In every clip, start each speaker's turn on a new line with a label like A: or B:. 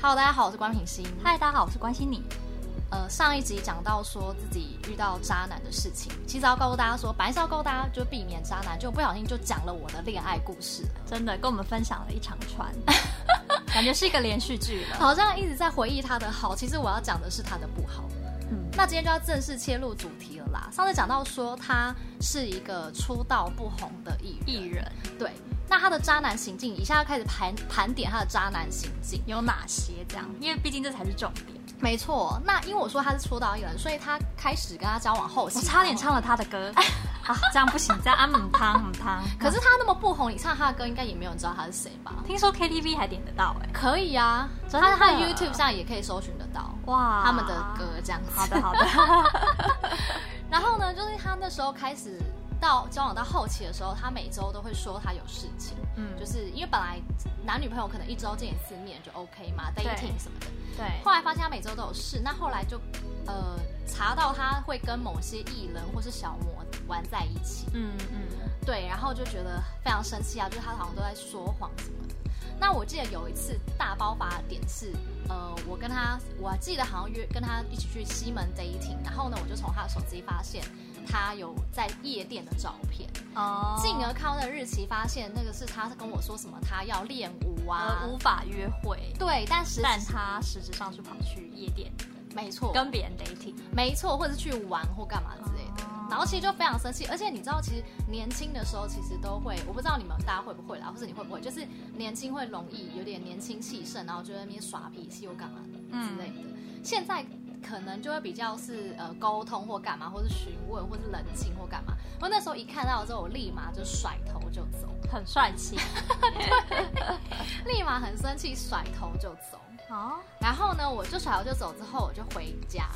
A: Hello，大家好，我是关品欣。
B: 嗨，大家好，我是关心你。
A: 呃，上一集讲到说自己遇到渣男的事情，其实要告诉大家说，本来是要告诉大家就避免渣男，就不小心就讲了我的恋爱故事，
B: 真的跟我们分享了一长 串，感觉是一个连续剧了。
A: 好像一直在回忆他的好，其实我要讲的是他的不好。
B: 嗯，
A: 那今天就要正式切入主题了啦。上次讲到说他是一个出道不红的艺人，
B: 艺人
A: 对。那他的渣男行径，以下要开始盘盘点他的渣男行径。
B: 有哪些？这样，因为毕竟这才是重点。
A: 没错，那因为我说他是出道艺人，所以他开始跟他交往后，
B: 我差点唱了他的 歌啊，这样不行，这样啊母汤母汤。
A: 可是他那么不红，你唱他的歌应该也没有人知道他是谁吧？
B: 听说 KTV 还点得到哎、
A: 可以啊，
B: 真的
A: 他他的 YouTube 上也可以搜寻得到
B: 哇
A: 他们的歌这样子。
B: 好 的好的，
A: 然后呢，就是他那时候开始到交往到后期的时候，他每周都会说他有事情，
B: 嗯，就
A: 就是是因为本来男女朋友可能一周见一次面就 OK 嘛，dating 什么的。
B: 对
A: 后来发现他每周都有事，那后来就呃查到他会跟某些艺人或是小模玩在一起，
B: 嗯嗯，
A: 对，然后就觉得非常生气啊，就是他好像都在说谎什么的。那我记得有一次大爆发的点是，呃，我跟他，我记得好像约跟他一起去西门 dating，然后呢，我就从他的手机发现他有在夜店的照片，
B: 哦，
A: 进而看到那个日期，发现那个是他跟我说什么他要练舞啊，
B: 而呃无法约会，
A: 对，但实
B: 但他实质上是跑去夜店
A: 没错，
B: 跟别人 dating
A: 没错，或者去玩或干嘛之类的。
B: 哦
A: 然后其实就非常生气，而且你知道，其实年轻的时候其实都会，我不知道你们大家会不会啦，或者你会不会，就是年轻会容易有点年轻气盛，然后就在那边耍脾气又干嘛的
B: 嗯
A: 之类的。现在可能就会比较是呃沟通或干嘛，或是询问，或是冷静或干嘛。我那时候一看到之后，我立马就甩头就走，
B: 很帅气。
A: 立马很生气，甩头就走。
B: 哦，
A: 然后呢，我就甩头就走，之后我就回家。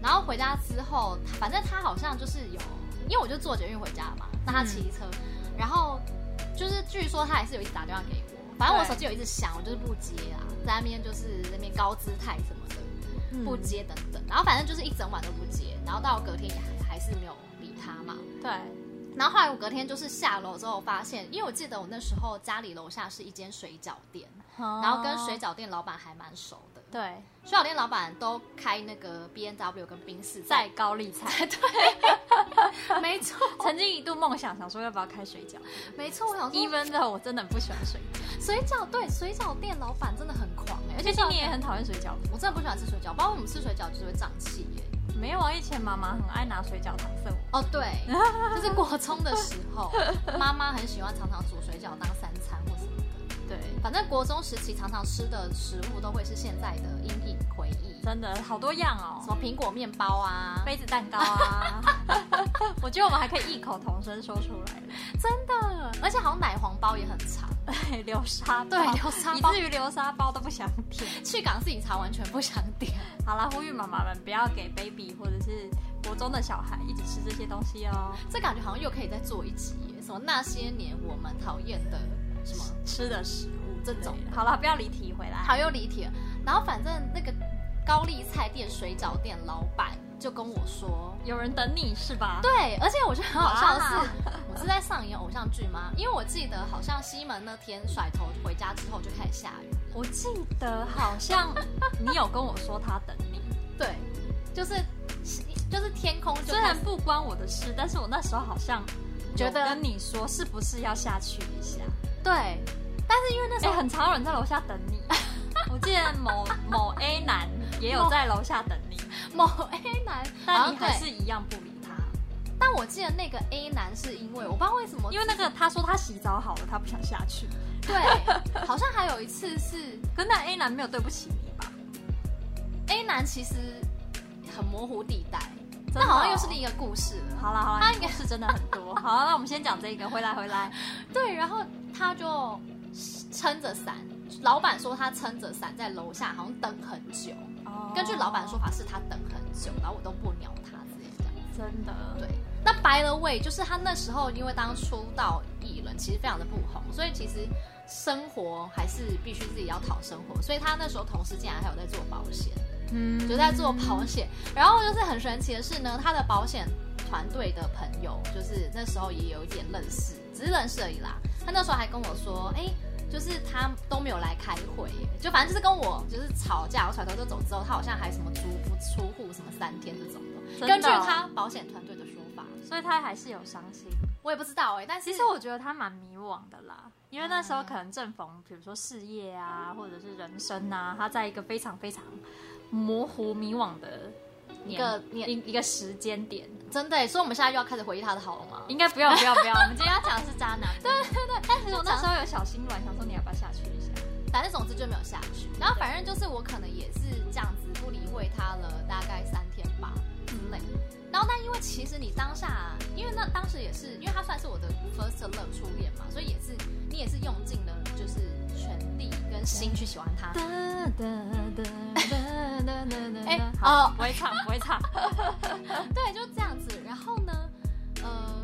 A: 然后回家之后，反正他好像就是有，因为我就坐捷运回家嘛，那他骑车，然后就是据说他还是有一直打电话给我，反正我
B: 对
A: 手机有一直响，我就是不接啊，在那边就是那边高姿态什么的，不
B: 不
A: 接等等，然后反正就是一整晚都不接，然后到隔天也还还是没有理他嘛。
B: 对，
A: 然后后来我隔天就是下楼之后发现，因为我记得我那时候家里楼下是一间水饺店，然
B: 然
A: 后跟水饺店老板还蛮熟的，
B: 哦对，
A: 水饺店老板都开那个 B N W 跟宾士，
B: 在高丽菜，
A: 没错
B: 曾经一度梦想想说要不要开水饺
A: 没错，我想说
B: ，even though 我真的不喜欢水饺，
A: 水饺对水饺店老板真的很狂哎、而且
B: 最
A: 水
B: 近
A: 饺
B: 你也很讨厌水饺，
A: 我真的不喜欢吃水饺，不知道为什么吃水饺就是会胀气 耶。
B: 没有啊？以前妈妈很爱拿水饺搪塞我，
A: 哦对，就是国中的时候， 妈妈很喜欢常常煮水饺当三餐或什么的，
B: 对，
A: 反正国中时期常常吃的食物都会是现在的阴影回忆，
B: 真的好多样
A: 什
B: 哦，
A: 么苹果面包啊，
B: 杯子蛋糕 啊，我觉得我们还可以异口同声说出来了，
A: 真的，而且好像奶黄包也很长，
B: 对，流沙包，
A: 对流沙
B: 以
A: 包
B: 至于流沙包都不想点。
A: 去港式饮茶完全不想点。
B: 好啦，呼吁妈妈们不要给 baby 或者是国中的小孩一直吃这些东西哦，
A: 这感觉好像又可以再做一集耶，什么那些年我们讨厌的什么，
B: 吃的食物
A: 这种
B: 好了，不要离题回来。
A: 好又离题了。然后反正那个高丽菜店、水饺店老板就跟我说，
B: 有人等你是吧？
A: 对，而且我觉得很好笑的
B: 哇
A: 是，我是在上演偶像剧吗？因为我记得好像西门那天甩头回家之后就开始下雨，
B: 我记得好像你有跟我说他等 你，
A: 对，就是就是天空就
B: 虽
A: 开
B: 然
A: 始
B: 不关我的事，但是我那时候好像
A: 觉得
B: 有跟你说是不是要下去一下？
A: 对，但是因为那时
B: 哎、
A: 候、
B: 很常有人在楼下等 你。我记得某某 A 男也有在楼下等 你，
A: 某 A 男，好
B: 但
A: 像
B: 你还
A: 哦对
B: 是一样不理他，
A: 但我记得那个 A 男是因为我不知道为什么，
B: 因为那个他说他洗澡好了，他不想下去。
A: 对，好像还有一次 是。
B: 可是那 A 男没有对不起你吧？
A: A 男其实很模糊地带，
B: 真
A: 那
B: 的
A: 好像
B: 哦
A: 又是另一个故事了。
B: 好啦好啦，
A: 他
B: 他
A: 应
B: 应
A: 该
B: 该是真的很多。好啦，那我们先讲这个，回来回来。
A: 对，然后他就撑着伞，老板说他撑着伞在楼下好像等很久。
B: 哦
A: 根据老板说法是他等很久，然后我都不鸟他之类的。
B: 哦真的，
A: 对，那白了位就是他那时候因为当出道艺人，其实非常的不红，所以其实生活还是必须自己要讨生活，所以他那时候同时竟然还有在做保险。
B: 嗯
A: 就在做保险。然后就是很神奇的是呢，他的保险团队的朋友，就是那时候也有一点认识，只是认识而已啦。他那时候还跟我说，哎、就是他都没有来开会耶，就反正就是跟我就是吵架，我甩头就走之后，他好像还什么足不出户什么三天这种的，
B: 真的哦
A: 根据他保险团队的说法，
B: 所以他还是有伤心。
A: 我也不知道哎、但是
B: 其实我觉得他蛮迷惘的啦，因为那时候可能正逢比如说事业啊，或者是人生啊，他在一个非常非常模糊迷惘的
A: 一
B: 年
A: 个
B: 一一个时间点。
A: 真的耶，所以我们现在又要开始回忆他的好了吗？
B: 应该不要不要不要，我们 今天要讲的是渣男。对对对，但是我那
A: 渣
B: 时候有小心软，想说你要不要下去一下？
A: 反正总之就没有下去。然后反正就是我可能也是这样子不理会他了，大概三天吧之
B: 嗯
A: 类。然后但因为其实你当下，因为那当时也是，因为他算是我的 first love 初恋嘛，所以也是你也是用尽了就是全力跟心去喜欢他。
B: 哒哒 哒哒哒哒哒。
A: 哎
B: 好
A: 哦，
B: 不会唱不会唱。
A: 对，就这样子。然后呢，呃，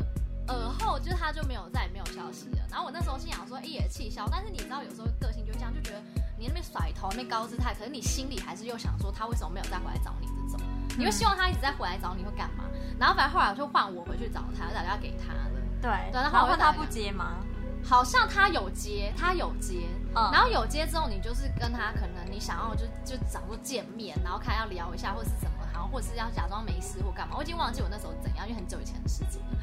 A: 耳后就是他就没有再也没有消息了。然后我那时候心想说，哎、也气消。但是你知道，有时候个性就这样，就觉得你那边甩头，那边高姿态，可是你心里还是又想说，他为什么没有再回来找你这种？你会希望他一直在回来找你会干嘛？然后反正后来就换我回去找他，打电话给他了。
B: 对，
A: 然
B: 然
A: 后
B: 后
A: 我就打
B: 他不接吗？
A: 好像他有接，他有接，
B: 嗯
A: 然后有接之后，你就是跟他可能你想要就就找个见面，然后看要聊一下或是什么，然后或是要假装没事或干嘛，我已经忘记我那时候怎样，因为很久以前的事情了。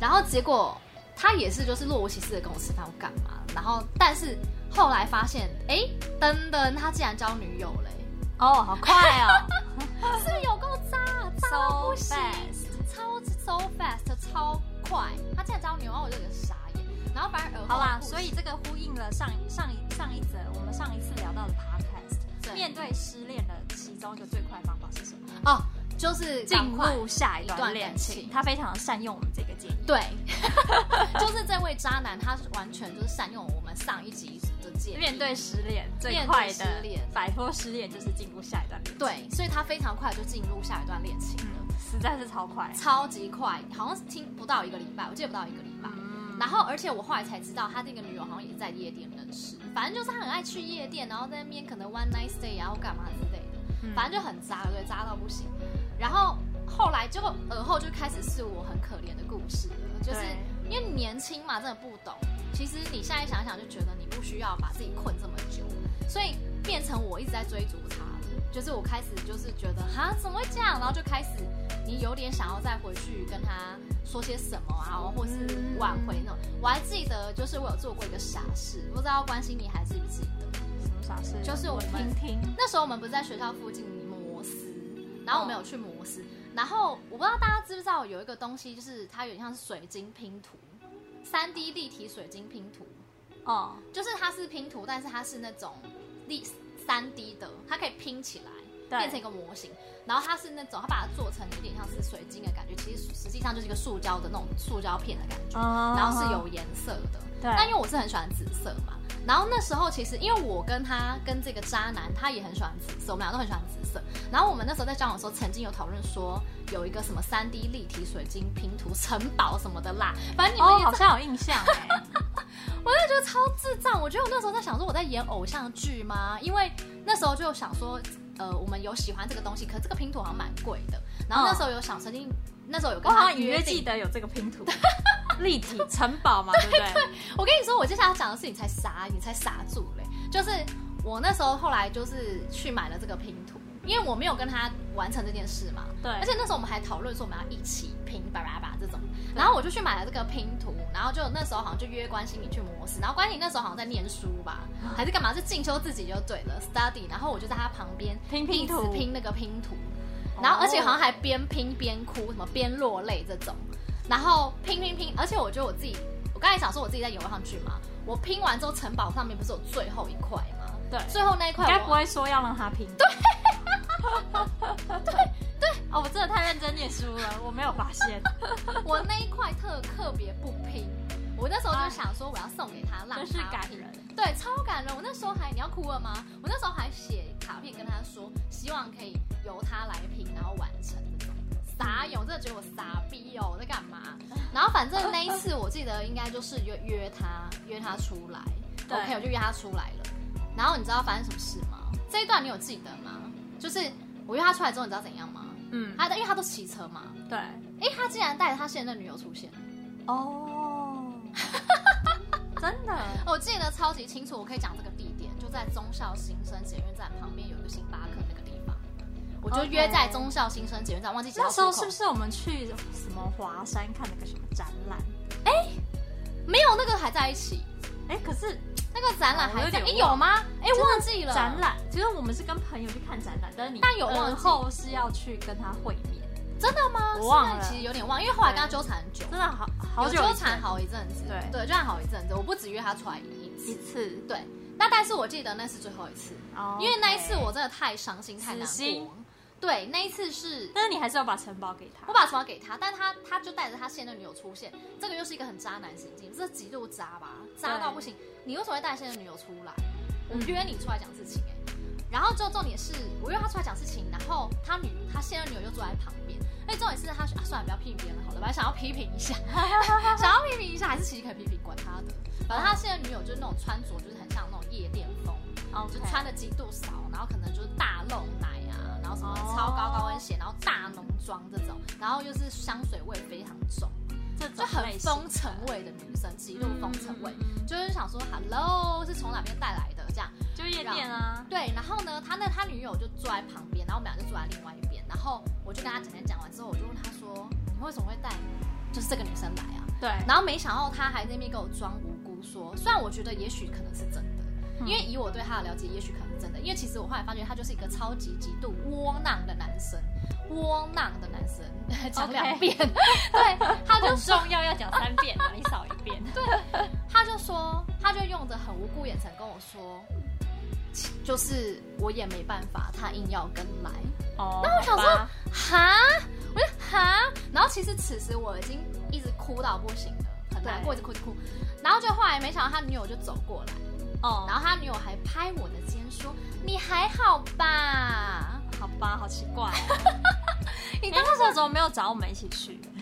A: 然后结果他也是就是若无其事的跟我吃饭或干嘛，然后但是后来发现，哎，噔噔，他竟然交女友嘞、
B: 哦，好快哦
A: 是不是有够渣啊？渣到不
B: ，so
A: 行。
B: fast。
A: 超 so fast，超快，他竟然交女友，然后我就有点傻眼。然后反而耳后
B: 好啦，
A: 故事
B: 所以这个呼应了上上一上一则我们上一次聊到的 podcast，
A: 对
B: 面对失恋的其中一个最快方法是什么？
A: 哦，就是
B: 进
A: 赶快
B: 入下一段恋
A: 一段感情
B: 情。他非常善用我们这个建议。
A: 对， 就是这位渣男，他是完全就是善用我们上一集的建议。
B: 面对失恋最
A: 面对
B: 快
A: 失
B: 的
A: 恋
B: 摆脱失恋就是进入下一段恋情。，
A: 对，所以他非常快就进入下一段恋情了，
B: 嗯，实在是超快。
A: 超级快，好像是听不到一个礼拜，我记得不到一个礼拜。
B: 嗯
A: 然后，而且我后来才知道，他这个女友好像也在夜店认识，反正就是他很爱去夜店，然后在那边可能 one night stay 然后干嘛之类的。
B: 嗯
A: 反正就很渣，对，渣到不行。然后后来就而后就开始是我很可怜的故事了，就是
B: 对
A: 因为年轻嘛，真的不懂。其实你现在想想，就觉得你不需要把自己困这么久，所以变成我一直在追逐他了。就是我开始就是觉得哈怎么会这样，然后就开始你有点想要再回去跟他说些什么啊，或是挽回那种。我还记得就是我有做过一个傻事，不知道关心你还记不记得？
B: 嗯什么傻事？
A: 就是我
B: 我
A: 们
B: 听听。
A: 那时候我们不是在学校附近摩斯，然后我们有去摩斯，然后我不知道大家知不知道有一个东西，就是它有点像是水晶拼图，三 D 立体水晶拼图，
B: 哦，
A: 就是它是拼图，但是它是那种立三 D 的，它可以拼起来。
B: 对
A: 变成一个模型，然后它是那种，它把它做成有点像是水晶的感觉，其实实际上就是一个塑胶的那种塑胶片的感觉。
B: 哦
A: 然后是有颜色的。
B: 对
A: 但因为我是很喜欢紫色嘛，然后那时候其实因为我跟他跟这个渣男，他也很喜欢紫色，我们俩都很喜欢紫色。然后我们那时候在交往的时候，曾经有讨论说有一个什么三 D 立体水晶拼图城堡什么的啦，反正你们
B: 哦，
A: 也
B: 好像有印象哎。
A: 我就觉得超智障。我觉得我那时候在想说，我在演偶像剧吗？因为那时候就想说，呃，我们有喜欢这个东西，可是这个拼图好像蛮贵的。然后那时候有想曾经，那时候有
B: 我
A: 跟
B: 好
A: 他
B: 嗯像隐约
A: 定
B: 记得有这个拼图，立体城堡嘛，对不 对？
A: 我跟你说，我接下来要讲的事情才傻，你才傻住嘞。就是我那时候后来就是去买了这个拼图，因为我没有跟他完成这件事嘛。
B: 对
A: 而且那时候我们还讨论说我们要一起拼巴拉巴这种，然后我就去买了这个拼图，然后就那时候好像就约关心你去模式，然后关心那时候好像在念书吧，
B: 啊
A: 还是干嘛，是进修自己就对了，study。然后我就在他旁边
B: 拼拼图
A: 一直拼那个拼图，然后而且好像
B: 哦
A: 还边拼边哭，什么边落泪这种。然后拼拼拼，而且我觉得我自己，我刚才想说我自己在游上去嘛，我拼完之后城堡上面不是有最后一块吗？
B: 对
A: 最后那一块
B: 该
A: 我
B: 不会说要让他拼？对，对对。哦，我真的太认真念书了，我没有发现，
A: 我那一块特特别不拼，我那时候就想说我要送给他，让他
B: 啊真是感
A: 拼
B: 人。
A: 对，超感人。我那时候还你要哭了吗？我那时候还写卡片跟他说，希望可以由他来拼，然后完成这种。傻眼，我真的觉得我傻逼哦，我在干嘛？然后反正那一次我记得应该就是约约他约他出来
B: 对
A: ，OK，我就约他出来了。然后你知道发生什么事吗？这一段你有记得吗？就是我约他出来之后，你知道怎样吗？
B: 嗯，
A: 他因为他都骑车嘛，
B: 对，
A: 哎，他竟然带着他现任女友出现。
B: 哦， 真的，
A: 我记得超级清楚，我可以讲这个地点，就在忠孝新生捷运站旁边有一个星巴克那个地方，我就
B: OK
A: 约在忠孝新生捷运站，忘记几号
B: 那时候是不
A: 是
B: 是我们去什么华山看那个什么展览？
A: 没有那个还在一起？
B: 哎、可是
A: 那个展览
B: 哦我
A: 还
B: 有
A: 在？
B: 点
A: 哎、
B: 忘
A: 有吗？哎、
B: 真的
A: 忘记了
B: 展，览，其实我们是跟朋友去看展览，但是你
A: 但有忘记
B: 而后是要去跟他会面，
A: 真的吗？
B: 我忘
A: 现在
B: 了
A: 其实有点忘，因为后来跟他纠缠很久，
B: 真的好好久
A: 有纠
B: 以前
A: 缠好一阵子，
B: 对
A: 对，纠缠好一阵子，我不只约他出来一
B: 一
A: 次，
B: 次，
A: 对，那但是我记得那是最后一次，
B: 哦
A: 因为那一次
B: OK
A: 我真的太伤心太难
B: 死心
A: 过，对，那一次是
B: 但是你还是要把城堡给 他。
A: 我把床给他，但他他就带着他现任女友出现，这个又是一个很渣男行径，这极度渣吧，渣到不行。你为什么会带现任女友出来？我
B: 嗯
A: 约你出来讲事情、欸，然后就重点是我约他出来讲事情，然后他女他现任女友就坐在旁边，哎，重点是他啊，算了，不要批评别人好了，本来想要批评一下， 想要批评一下，还是其实可以批评，管他的。反正他现任女友就是那种穿着就是很像那种夜店风，
B: 哦
A: 就穿的极度少，然后可能就是大露奶啊，然后什么超高高跟鞋，然后大浓妆这种，然后又是香水味非常重，
B: 这
A: 就
B: 种
A: 很
B: 类型
A: 风尘味的女生，极度风尘味，
B: 嗯
A: 就是想说 hello 是从哪边带来的这样。
B: 就夜店啊，
A: 对，然后呢，他那他女友就坐在旁边，然后我们俩就坐在另外一边，然后我就跟他讲讲讲完之后，我就问他说，你为什么会带就是这个女生来啊？
B: 对，
A: 然后没想到他还在那边给我装无辜说，虽然我觉得也许可能是真的，
B: 嗯
A: 因为以我对他的了解，也许可能是真的。因为其实我后来发觉他就是一个超级极度窝囊的男生，窝囊的男生， 讲
B: OK
A: 两 遍，对，他就
B: 很重要要讲三遍啊，你少一遍。 对，
A: 他就说，他就用着很无辜眼神跟我说，就是我也没办法，他硬要跟来。
B: 哦，
A: 那我想说
B: 好吧，
A: 哈，我就哈，然后其实此时我已经一直哭到不行了，很难过，一直哭一直哭，然后就后来没想到他女友就走过来，
B: 哦，
A: 然后他女友还拍我的肩说：“你还好吧
B: 好吧，好奇怪哦。
A: 你
B: 你当时怎么没有找我们一起 去？？”
A: 哎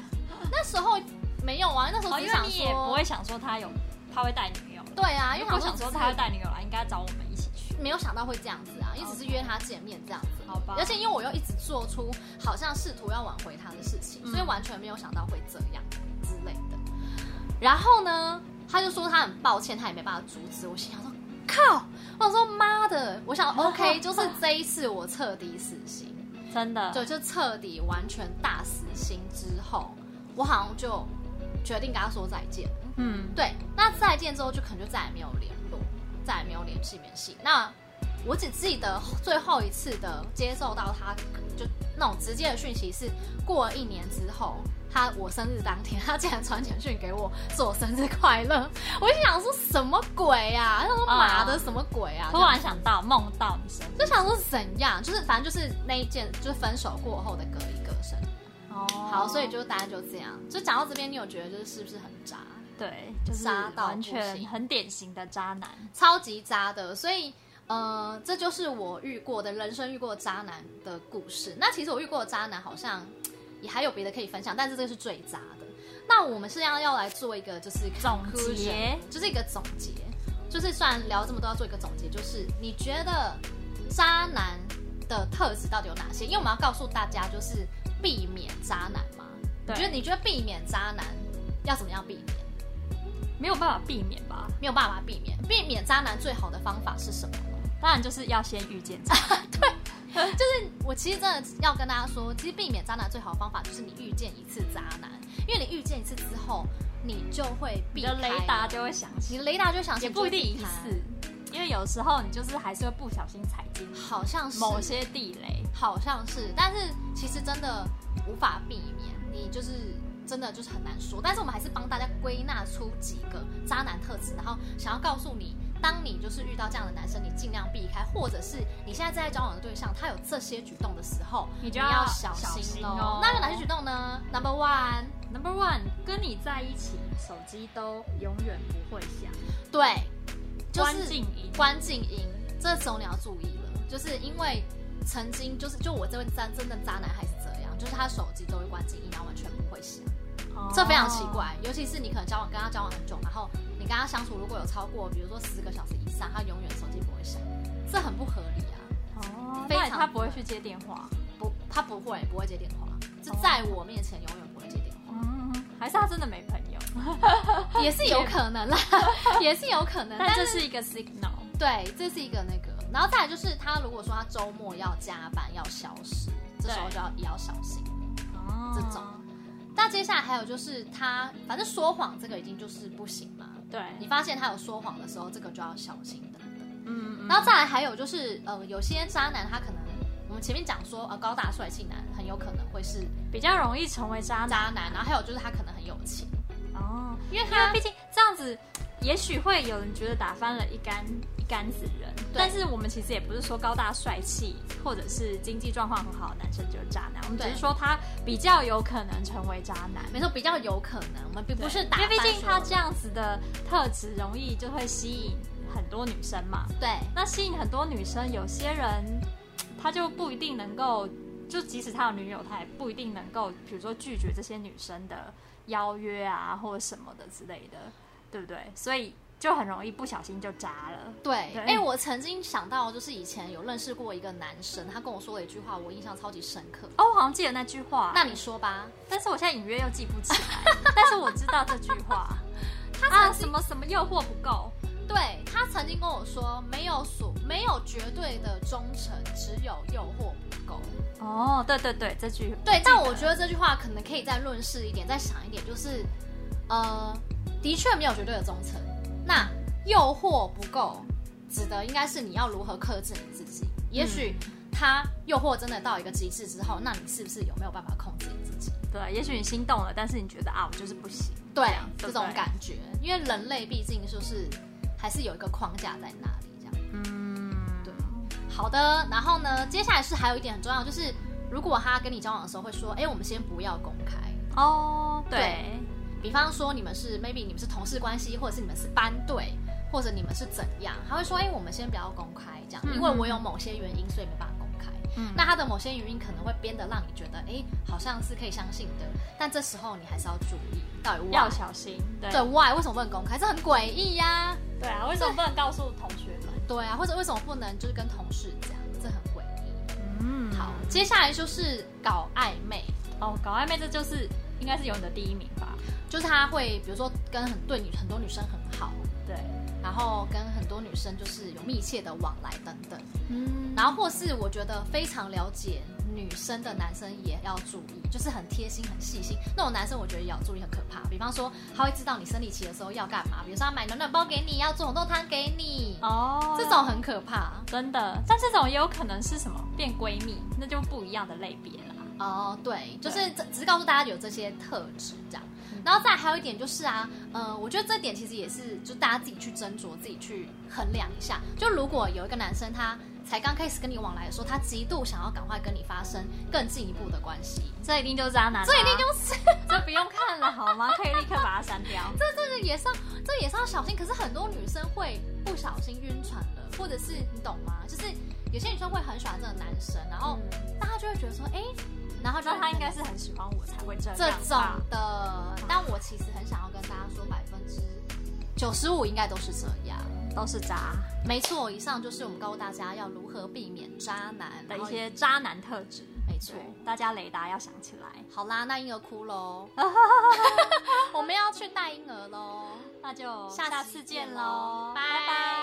A: 那时候没有啊，那时候
B: 哦，
A: 只
B: 因
A: 是
B: 为
A: 想
B: 你
A: 说，
B: 也不会想说他有，他会带女友。
A: 对啊，因为
B: 如果想
A: 只
B: 说
A: 是
B: 他会带女友来，应该找我们一起去。
A: 没有想到会这样子啊，因为只是约他见面这样子。
B: 好吧
A: 而且因为我又一直做出好像试图要挽回他的事情，
B: 嗯
A: 所以完全没有想到会这样之类的。然后呢，他就说他很抱歉，他也没办法阻止。我心想说，靠！我想说妈的，我 想 OK，就是这一次我彻底死心。
B: 真的，
A: 对，就彻底完全大死心之后，我好像就决定跟他说再见。
B: 嗯，
A: 对，那再见之后就可能就再也没有联络，再也没有联系联系。那我只记得最后一次的接受到他就那种直接的讯息是过了一年之后。他我生日当天，他竟然传简讯给我，说我生日快乐。我就想说什么鬼呀、啊？他说妈的
B: 啊
A: 什么鬼啊？
B: 突然想到梦到你生日。
A: 就想说怎样，就是反正就是那一件，就是分手过后的隔一个生日。
B: 哦，
A: 好，所以就大家就这样。就讲到这边，你有觉得就是是不是很渣，
B: 对，就是
A: 渣到
B: 完
A: 不
B: 全
A: 行
B: 很典型的渣男。
A: 超级渣的？所以呃，这就是我遇过的人生遇过渣男的故事。那其实我遇过的渣男好像也还有别的可以分享，但是这个是最渣的。那我们是要要来做一个就是
B: 总
A: conclusion，
B: 结
A: 就是一个总结，就是虽然聊这么多，要做一个总结，就是你觉得渣男的特质到底有哪些？因为我们要告诉大家，就是避免渣男嘛。你
B: 对
A: 觉得你觉得避免渣男要怎么样避免？
B: 没有办法避免吧？
A: 没有办法避免，避免渣男最好的方法是什么呢？
B: 当然就是要先遇 见渣男。
A: 就是我其实真的要跟大家说，其实避免渣男最好的方法就是你遇见一次渣男，因为你遇见一次之后，你就会避
B: 你
A: 开
B: 的雷达，就会响
A: 你
B: 起，
A: 的雷达就想
B: 也不一定一次，因为有时候你就是还是会不小心踩进
A: 好像是
B: 某些地雷。
A: 好像是，但是其实真的无法避免，你就是真的就是很难说。但是我们还是帮大家归纳出几个渣男特质，然后想要告诉你，当你就是遇到这样的男生，你尽量避开，或者是你现在正在交往的对象他有这些举动的时候，
B: 你就
A: 要
B: 要
A: 小
B: 小心
A: 哦
B: 哦。
A: 那有哪些举动呢？Number one，
B: Number one，跟你在一起，手机都永远不会响，
A: 对，就
B: 关
A: 是
B: 静音。
A: 关静音，这时候你要注意了，就是因为曾经就是就我这位渣真的渣男还是这样，就是他手机都会关静音，然后完全不会响。
B: 哦
A: 这非常奇。怪，尤其是你可能交往跟他交往很久，然后你跟他相处如果有超过比如说十个小时以上，他永远手机不会响，这很不合理啊！
B: 哦，
A: 非
B: 那
A: 常
B: 你他不会去接电话。
A: 不， 他不会不会接电话，就在我面前永远不会接电话。
B: 嗯，还是他真的没朋友？
A: 也是有可能啦，也是有可能。但
B: 但
A: 是
B: 这是一个 signal，
A: 对，这是一个那个，然后再来就是他如果说他周末要加班要消失，这时候
B: 对
A: 就要也要小心。
B: 哦
A: 这种那接下来还有就是他，反正说谎这个已经就是不行嘛。
B: 对，
A: 你发现他有说谎的时候，这个就要小心的。
B: 嗯，嗯
A: 然后再来还有就是，呃，有些渣男他可能我们前面讲说，呃，高大帅气男很有可能会是
B: 比较容易成为渣男
A: 渣男，然后还有就是他可能很有钱，
B: 哦，
A: 因为
B: 因
A: 他
B: 为毕竟这样子，也许会有人觉得打翻了一竿一竿子人，但是我们其实也不是说高大帅气或者是经济状况很好的男生就是渣男，我们只
A: 对
B: 是说他比较有可能成为渣男。
A: 没错比较有可能，我们并不是打
B: 因为
A: 翻
B: 毕竟
A: 所有
B: 他
A: 人
B: 这样子的特质容易就会吸引很多女生嘛。
A: 对
B: 那吸引很多女生，有些人他就不一定能够，就即使他有女友，他也不一定能够，比如说拒绝这些女生的邀约啊，或者什么的之类的，对不对？所以就很容易不小心就渣了。
A: 对，
B: 对
A: 哎、我曾经想到，就是以前有认识过一个男生，他跟我说了一句话，我印象超级深刻。
B: 哦，我好像记得那句话，
A: 那你说吧，
B: 但是我现在隐约又记不起 来，但是我知道这句话。啊，什么什么诱惑不够，
A: 对他曾经跟我说，没有所没有绝对的忠诚，只有诱惑不够。
B: 哦，对对对，这句
A: 对，但我
B: 得
A: 觉得这句话可能可以再论述一点，再想一点，就是，呃，的确没有绝对的忠诚。那诱惑不够，指的应该是你要如何克制你自己。也许
B: 嗯
A: 他诱惑真的到一个极致之后，那你是不是有没有办法控制你自己？
B: 对，也许你心动了，但是你觉得啊，我就是不行。
A: 对啊
B: 对
A: 这
B: 不
A: 种
B: 对
A: 感觉，因为人类毕竟就是还是有一个框架在那里这样。
B: 嗯，
A: 对好的，然后呢，接下来是还有一点很重要，就是如果他跟你交往的时候会说，哎，我们先不要公开。
B: 哦，
A: 对比方说你们是 maybe 你们是同事关系，或者是你们是班队，或者你们是怎样，他会说，哎，我们先不要公开这样，
B: 嗯
A: 因为我有某些原因，所以没办法公开。
B: 嗯
A: 那他的某些原因可能会编得让你觉得，哎，好像是可以相信的，但这时候你还是要注意，到底 why
B: 要小心。对
A: 对 why 为什么不能公开？这很诡异呀、
B: 对啊，为什么不能告诉同学们？
A: 对啊，或者为什么不能就是跟同事讲？这很诡异。
B: 嗯，
A: 好，接下来就是搞暧昧，
B: 哦，搞暧昧这就是应该是有你的第一名吧？
A: 就是他会比如说跟很对女很多女生很好，
B: 对，
A: 然后跟很多女生就是有密切的往来等等，
B: 嗯
A: 然后或是我觉得非常了解女生的男生也要注意，就是很贴心很细心那种男生，我觉得也要注意，很可怕。比方说他会知道你生理期的时候要干嘛，比如说他买暖暖包给你，要做红豆汤给你，
B: 哦，
A: 这种很可怕
B: 真的，但这种也有可能是什么变闺蜜，那就不一样的类别啦。
A: 哦。对，就是这只是告诉大家有这些特质这样。
B: 嗯
A: 然后再还有一点就是啊，呃，我觉得这点其实也是，就大家自己去斟酌，自己去衡量一下。就如果有一个男生他才刚开始跟你往来的时候，他极度想要赶快跟你发生更进一步的关系，
B: 这一定就是渣男、啊
A: 这一定就是
B: 这不用看了好吗？可 以立刻把它删掉。
A: 这这个也是要这也是要小心。可是很多女生会不小心晕船了，或者是你懂吗？就是有些女生会很喜欢这个男生，然后大家就会觉得说，哎，然后
B: 我
A: 就
B: 知道哦嗯他应该是很喜欢我才会这样
A: 这
B: 吧
A: 种的。但我其实很想要跟大家说，百分之九十五应该都是这样。
B: 都是渣
A: 没错，以上就是我们告诉大家要如何避免渣男
B: 的
A: 然
B: 一
A: 后
B: 些渣男特质。
A: 没错
B: 对。，大家雷达要想起来。
A: 好啦，那婴儿哭 喽， 我们要去带婴儿喽，
B: 那就
A: 下
B: 下
A: 次
B: 次
A: 见
B: 见
A: 喽
B: 喽，
A: 拜
B: 拜